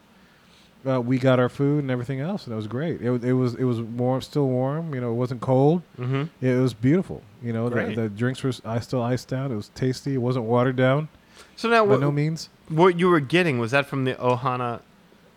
uh, we got our food and everything else, and it was great. It, was- it was it was warm, still warm. You know, it wasn't cold.
Mm-hmm.
It was beautiful. You know, the,
Great.
the drinks were s- I still iced down. It was tasty. It wasn't watered down
So now,
by
what,
no means.
what you were getting was that from the Ohana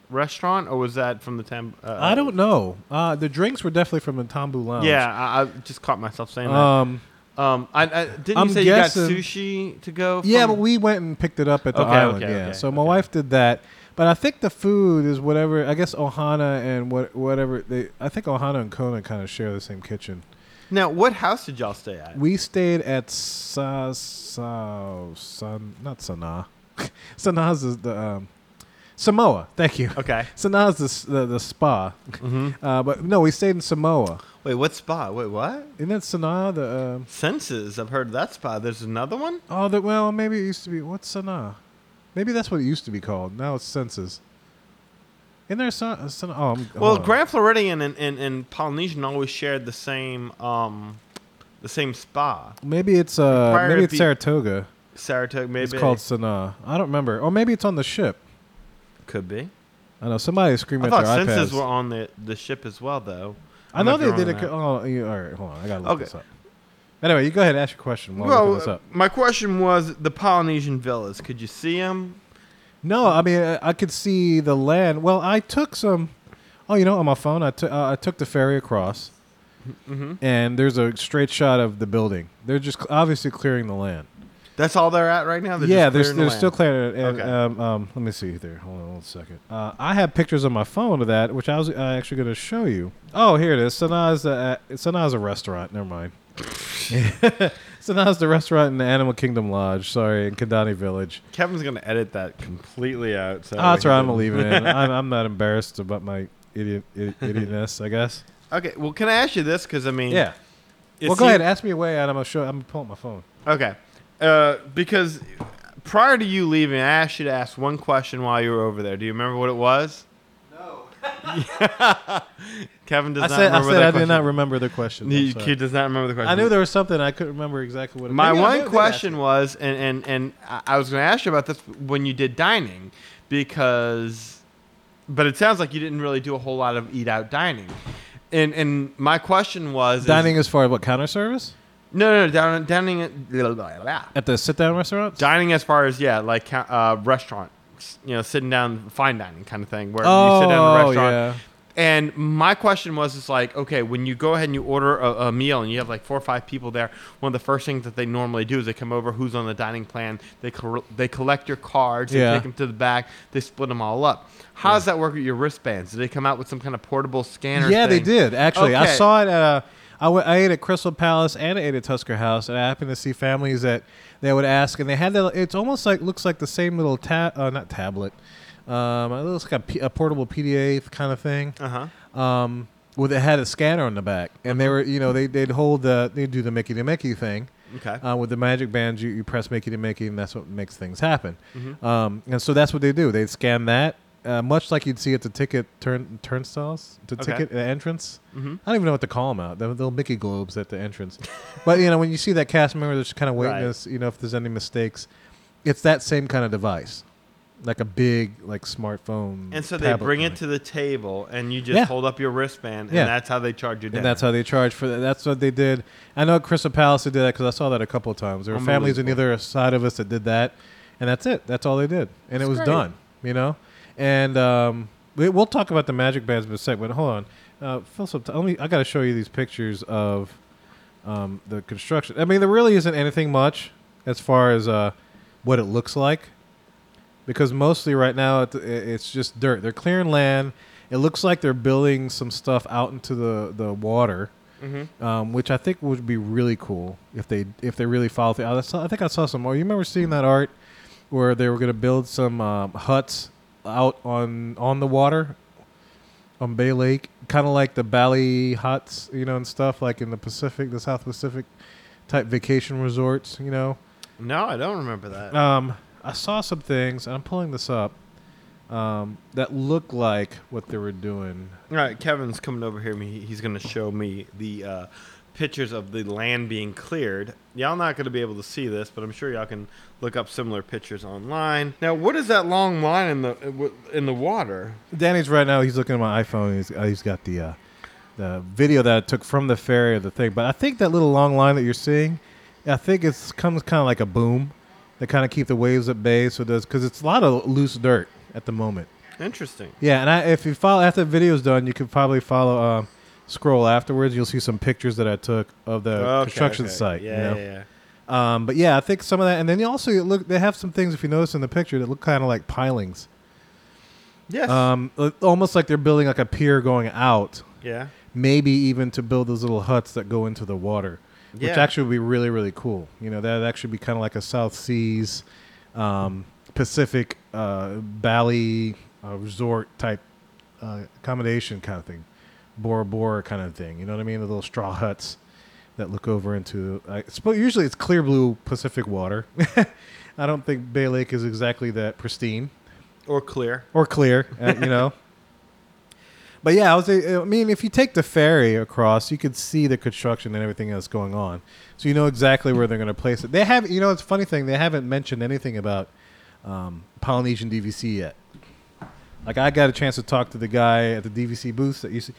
restaurant, or was that from the Tam? Uh,
I don't know. Uh, the drinks were definitely from the Tambu Lounge.
Yeah, I, I just caught myself saying
Um,
that. Um, I, I didn't
I'm
you say
guessing-
you got sushi to go. From,
yeah, but we went and picked it up at the
Okay,
island.
okay,
yeah.
okay,
so my
okay.
wife did that. But I think the food is whatever. I guess Ohana and what whatever they. I think Ohana and Kona kind of share the same kitchen.
Now, what house did y'all stay at?
We stayed at Sa Sa San not Sanaa. Sanaa's is the um, Samoa. Thank you.
Okay.
Sanaa's the s- the, the spa. Uh, but no, we stayed in Samoa.
Wait, what spa? Wait, what?
Isn't that Sanaa the? Um,
Senses. I've heard of that spa. There's another one.
Oh, that well, maybe it used to be what's Sanaa? Maybe that's what it used to be called. Now it's census. In there, Sanaa. San- oh, I'm,
Well,
hold on.
Grand Floridian and, and, and Polynesian always shared the same um, the same spa.
Maybe it's uh,
Prior
maybe
to
it's
be-
Saratoga.
Saratoga, maybe
It's called Sanaa. I don't remember. Or maybe it's on the ship.
could be.
I know somebody screamed
I
at
thought
their
senses
iPads.
were on the, the ship as well, though.
I know
don't
they
if
did
you're
a.
on
co-
that.
Oh, you, all right, hold on. I gotta look
Okay.
this up. Anyway, you go ahead and ask your question while I'm looking this
Well, uh,
up.
my question was the Polynesian villas. Could you see them?
No, I mean I, I could see the land. Well, I took some. Oh, you know, on my phone, I took uh, I took the ferry across,
Mm-hmm.
and there's a straight shot of the building. They're just cl- obviously clearing the land.
That's all they're at right now. Oh, They're
yeah, they're,
just clearing the
they're
land.
still clearing it. And,
Okay.
um, um, let me see there. Hold on one second. Uh, I have pictures on my phone of that, which I was uh, actually going to show you. Oh, here it is. Sana's uh, Sana's a restaurant. Never mind. Sana's the restaurant in the Animal Kingdom Lodge. Sorry, in Kandani Village.
Kevin's gonna edit that completely out. So
Oh, that's
he
right. I'm
can-
gonna leave it in. I'm, I'm not embarrassed about my idiot, idiot idiotness. I guess.
Okay. Well, can I ask you this? Because I mean,
Yeah.
it
well, go
seems-
ahead. Ask me away, and I'm gonna show. I'm gonna pull up my phone.
Okay. Uh, because prior to you leaving, I asked you to ask one question while you were over there. Do you remember what it was? No. Kevin does
I
not
said. I said. I
remember that question.
did not remember the question.
He,
I'm sorry.
he does not remember the question.
I knew there was something. I couldn't remember exactly what. it
My
Maybe I knew- I
one
did
question
ask
was, and, and, and I I was going to ask you about this when you did dining, because, but it sounds like you didn't really do a whole lot of eat out dining. And, and my question was
it.
is-
Dining as far as what counter service
no, no, no, down, dining, blah, blah, blah.
at the sit down restaurants.
dining as far as, yeah, like ca- uh, restaurant, s- you know, sitting down, fine dining kind of thing, where
oh,
you sit down in a restaurant.
yeah.
And my question was, it's like, okay, when you go ahead and you order a, a meal and you have like four or five people there, one of the first things that they normally do is they come over, who's on the dining plan, they cor- they collect your cards, they
Yeah.
take them to the back, they split them all up. How does that work with your wristbands? Did they come out with some kind of portable scanner?
Yeah, they
thing?
did actually. I
Okay.
saw it. At a, I, w- I ate at Crystal Palace and I ate at Tusker House, and I happened to see families that they would ask, and they had that. It's almost like looks like the same little tab, uh, not tablet. Um, it looks like a, P- a portable PDA kind of thing.
Uh huh.
Um, where they had a scanner on the back, and they were, you know, they they'd hold the, they'd do the Mickey to Mickey thing.
Okay.
Uh, with the magic bands, you, you press Mickey to Mickey, and that's what makes things happen.
Mm-hmm.
Um, and so that's what they do. They scan that, uh, much like you'd see at the ticket turn turnstiles, the
Okay.
ticket uh, entrance.
Mm-hmm.
I don't even know what to call them out. They're, they're Mickey globes at the entrance. but you know, when you see that cast member that's kind of waiting,
Right.
to s- you know, if there's any mistakes, it's that same kind of device, like a big like smartphone.
and so they
tablet
bring it
thing.
to the table and you just
Yeah.
hold up your wristband and
Yeah.
that's how they charge you dinner.
And that's how they charge for that. That's what they did. I know Crystal Palace did that because I saw that a couple of times. There were families on the
Unbelievable.
other side of us that did that, and that's it. That's all they did, and it
That's
was
great.
done. You know, and um, we, we'll talk about the magic bands in a sec. But hold on, uh, Phil. some ti- Let me. I got to show you these pictures of um, the construction. I mean, there really isn't anything much as far as uh, what it looks like because mostly right now it, it's just dirt. They're clearing land. It looks like they're building some stuff out into the the water,
Mm-hmm.
um, which I think would be really cool if they if they really follow through. I, saw, I think I saw some. more. You remember seeing that art where they were going to build some um, huts out on on the water on Bay Lake, kind of like the Bali huts, you know, and stuff like in the Pacific, the South Pacific type vacation resorts, you know.
no, I don't remember that.
Um, I saw some things, and I'm pulling this up, um, that look like what they were doing.
All right, Kevin's coming over here. and He, he's going to show me the uh, pictures of the land being cleared. Y'all not going to be able to see this, but I'm sure y'all can look up similar pictures online. Now, what is that long line in the uh, in the water?
Danny's right now. He's looking at my iPhone. He's, uh, he's got the uh, the video that I took from the ferry of the thing. But I think that little long line that you're seeing, I think it's comes kind of like a boom that kind of keep the waves at bay. So it does because it's a lot of loose dirt at the moment.
Interesting.
Yeah, and I, if you follow after the video's done, you can probably follow um, scroll afterwards. You'll see some pictures that I took of the
Okay,
construction
okay.
site. you
Yeah,
know?
yeah, yeah.
Um, but yeah, I think some of that, and then you also you look. They have some things if you notice in the picture that look kind of like pilings,
Yes.
um, uh, almost like they're building like a pier going out,
yeah.
maybe even to build those little huts that go into the water, which
Yeah.
actually would be really really cool. You know, that'd actually be kind of like a South Seas, um, Pacific uh, Valley uh, resort type uh, accommodation kind of thing, Bora Bora kind of thing. You know what I mean? The little straw huts that look over into. I suppose usually it's clear blue Pacific water. I don't think Bay Lake is exactly that pristine
Or clear.
or clear, uh, you know. But yeah, I was. uh, I mean, if you take the ferry across, you could see the construction and everything that's going on, so you know exactly where they're going to place it. They have, you know, it's a funny thing. They haven't mentioned anything about um, Polynesian DVC yet. Like I got a chance to talk to the guy at the DVC booth that you see,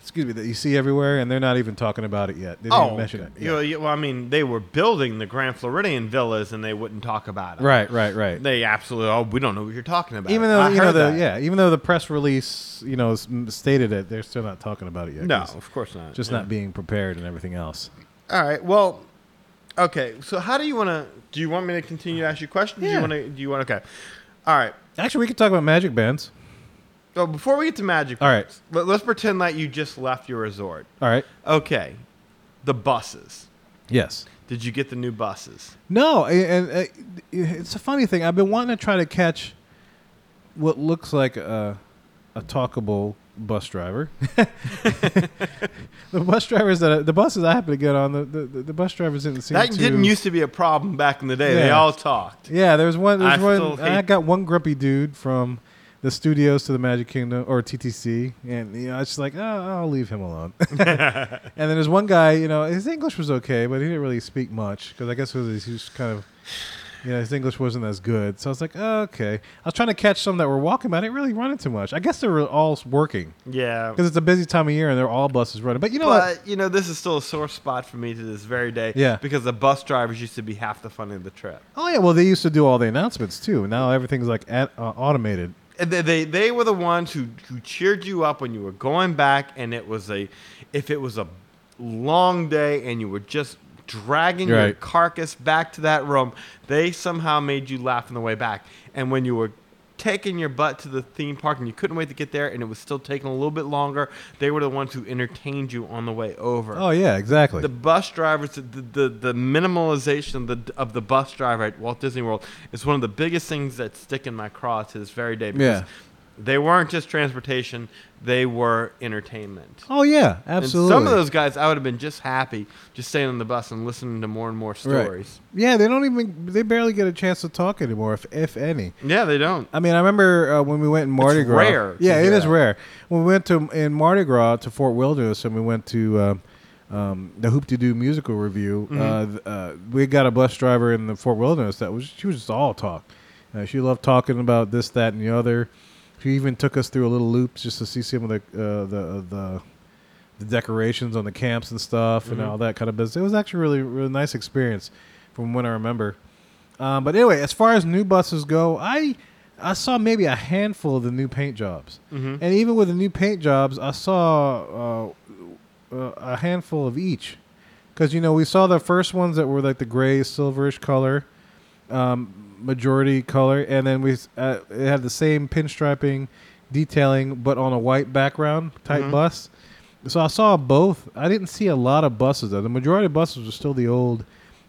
excuse me, that you see everywhere, and they're not even talking about it yet. They didn't even mention it.
Oh, you know, you- well, I mean, they were building the Grand Floridian villas and they wouldn't talk about it.
Right, right, right.
They absolutely. Oh, we don't know what you're talking about.
even though
I
you know
heard
the
that.
yeah, even though the press release you know s- m- stated it, they're still not talking about it yet.
No,
'cause
of course not.
just
Yeah.
not being prepared and everything else.
All right. Well, okay. So how do you want to? Do you want me to continue to ask you questions? Do you
Yeah.
want to? Do you want? Okay. All right.
Actually, we could talk about magic bands.
So before we get to magic,
All right.
Words, let, let's pretend that you just left your resort.
All right.
Okay. The buses.
Yes.
Did you get the new buses?
No, I- and uh, it's a funny thing. I've been wanting to try to catch what looks like a, a talkable bus driver. the bus drivers that the buses I happen to get on the the, the, the bus drivers didn't seem
That
too-
didn't used to be a problem back in the day. They
Yeah.
all talked.
Yeah, there was one. There was
I
one.
still hate-
I got one grumpy dude from the studios to the Magic Kingdom or TTC, and you know, I was just like, oh, I'll leave him alone. and then there's one guy, you know, his English was okay, but he didn't really speak much because I guess it was, he was kind of. You know, his English wasn't as good, so I was like, oh, "Okay." I was trying to catch some that were walking, but I didn't really run into much. I guess they were all working
Yeah.
because it's a busy time of year, and they're all buses running. But you know what?
But you know, this is still a sore spot for me to this very day.
Yeah.
Because the bus drivers used to be half the fun of the trip.
Oh yeah, well they used to do all the announcements too. Now everything's like at, uh, automated.
And they, they they were the ones who, who cheered you up when you were going back and it was a if it was a long day and you were just dragging your
Right.
carcass back to that room they somehow made you laugh on the way back and when you were taking your butt to the theme park and you couldn't wait to get there and it was still taking a little bit longer they were the ones who entertained you on the way over
Oh yeah, exactly.
the bus drivers the, the, the minimalization of the, of the bus driver at walt disney world is one of the biggest things that stick in my craw to this very day because
Yeah.
they weren't just transportation they were entertainment
Oh yeah, absolutely.
and some of those guys i would have been just happy just staying on the bus and listening to more and more
Right.
stories
Yeah, they don't even they barely get a chance to talk anymore, if if any.
yeah they don't
I mean, I remember uh, when we went in Mardi Gras.
rare to
Yeah, it
hear
is
that.
rare. When we went to in Mardi Gras to Fort Wilderness, and we went to um, um, the Hoop to Do musical review. Uh, th- uh, we got a bus driver in the Fort Wilderness that was she was just all talk. Uh, she loved talking about this, that, and the other. She even took us through a little loop just to see some of the uh, the the the decorations on the camps and stuff and all that kind of business. It was actually really really nice experience from when I remember. Um, but anyway, as far as new buses go, I I saw maybe a handful of the new paint jobs,
Mm-hmm.
and even with the new paint jobs, I saw uh, uh, a handful of each, because you know we saw the first ones that were like the gray silverish color, um, majority color, and then we s- uh, it had the same pinstriping detailing, but on a white background type bus. So I saw both. I didn't see a lot of buses though. The majority of buses were still the old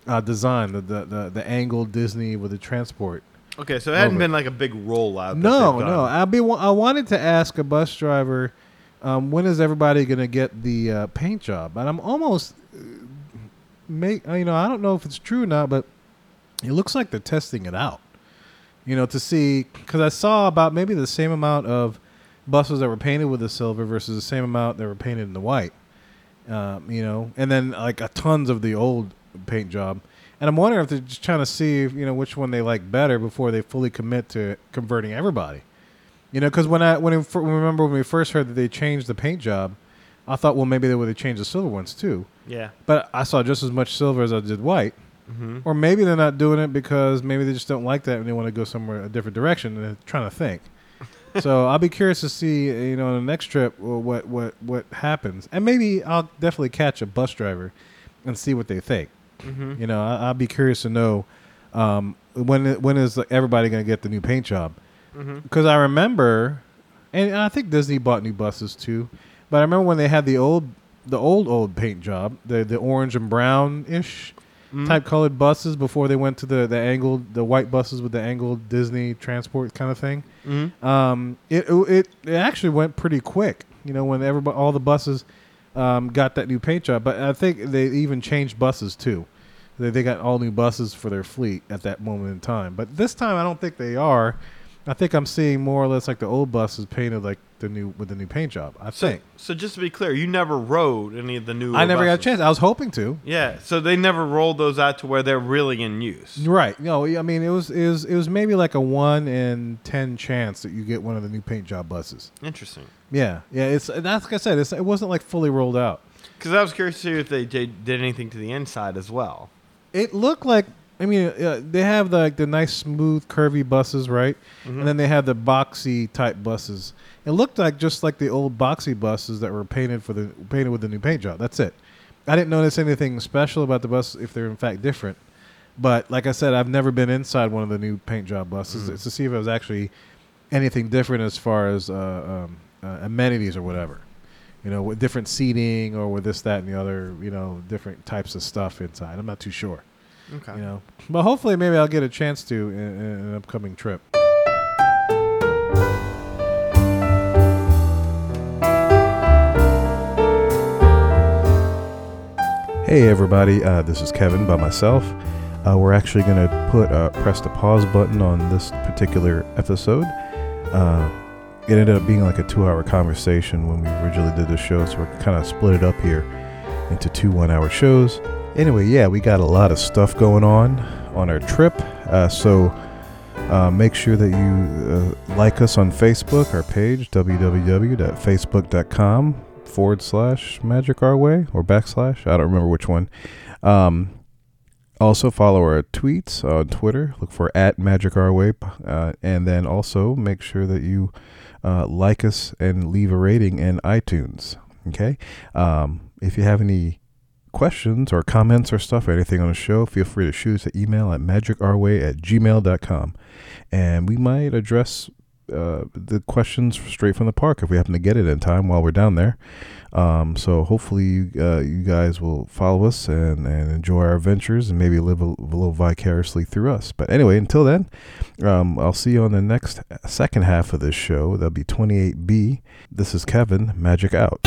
uh, design, the, the the the angled Disney with the transport.
okay so it hadn't
Over.
been like a big rollout that
No,
they've done.
no. I be wa- I wanted to ask a bus driver, um, when is everybody gonna get the uh, paint job? And I'm almost uh, make you know I don't know if it's true or not, but it looks like they're testing it out. You know, to see because I saw about maybe the same amount of buses that were painted with the silver versus the same amount that were painted in the white. Um, you know, and then like a tons of the old paint job. And I'm wondering if they're just trying to see, you know, which one they like better before they fully commit to converting everybody. You know, because when I when I f- remember when we first heard that they changed the paint job, I thought, well, maybe they would have changed the silver ones too.
yeah Mm-hmm.
But I saw just as much silver as I did white. Or maybe they're not doing it because maybe they just don't like that and they want to go somewhere a different direction and they're trying to think. so I'll be curious to see, you know, on the next trip well, what what what happens, and maybe I'll definitely catch a bus driver and see what they think. You know, I, I'll be curious to know um, when it- when is everybody going to get the new paint job?
Mm-hmm.
Because I remember, and I think Disney bought new buses too, but I remember when they had the old the old old paint job, the the orange and brown ish type colored buses before they went to the the angled the white buses with the angled Disney transport kind of thing. Um, it, it it actually went pretty quick. You know, when everybody all the buses um, got that new paint job, but I think they even changed buses too. They, they got all new buses for their fleet at that moment in time. But this time, I don't think they are. I think I'm seeing more or less like the old buses painted like the new with the new paint job. I
So,
think
so just to be clear, you never rode any of the new.
I never got a
buses.
chance. I was hoping to.
Yeah, so they never rolled those out to where they're really in use.
Right. No, I mean it was it was it was maybe like a one in ten chance that you get one of the new paint job buses.
Interesting.
Yeah, yeah. It's that's like I said. It's, it wasn't like fully rolled out.
Because I was curious to see if they did, did anything to the inside as well.
It looked like I mean uh, they have like the nice smooth curvy buses, right? And then they have the boxy type buses. It looked like just like the old boxy buses that were painted for the painted with the new paint job. That's it. I didn't notice anything special about the bus if they're in fact different. But like I said, I've never been inside one of the new paint job buses It's to see if it was actually anything different as far as uh, um, uh, amenities or whatever. You know, with different seating or with this, that, and the other. You know, different types of stuff inside. I'm not too sure.
Okay.
You know, but hopefully, maybe I'll get a chance to in, in an upcoming trip. Hey everybody, uh, this is Kevin by myself. Uh, we're actually going to put uh, press the pause button on this particular episode. Uh, it ended up being like a two-hour conversation when we originally did the show, so we're kind of split it up here into two one-hour shows. Anyway, yeah, we got a lot of stuff going on on our trip, uh, so uh, make sure that you uh, like us on Facebook, our page www.facebook.com forward slash magic our way or backslash. I don't remember which one. Um, also follow our tweets on Twitter. Look for at magic our way, uh, and then also make sure that you uh, like us and leave a rating in iTunes. Okay. Um, if you have any questions or comments or stuff or anything on the show, feel free to shoot us an email at magicourway at gmail.com. And we might address uh, the questions straight from the park if we happen to get it in time while we're down there. Um, so hopefully you, uh, you guys will follow us and, and enjoy our adventures and maybe live a, a little vicariously through us. But anyway, until then, um, I'll see you on the next second half of this show. That'll be 28B. This is Kevin, Magic Out.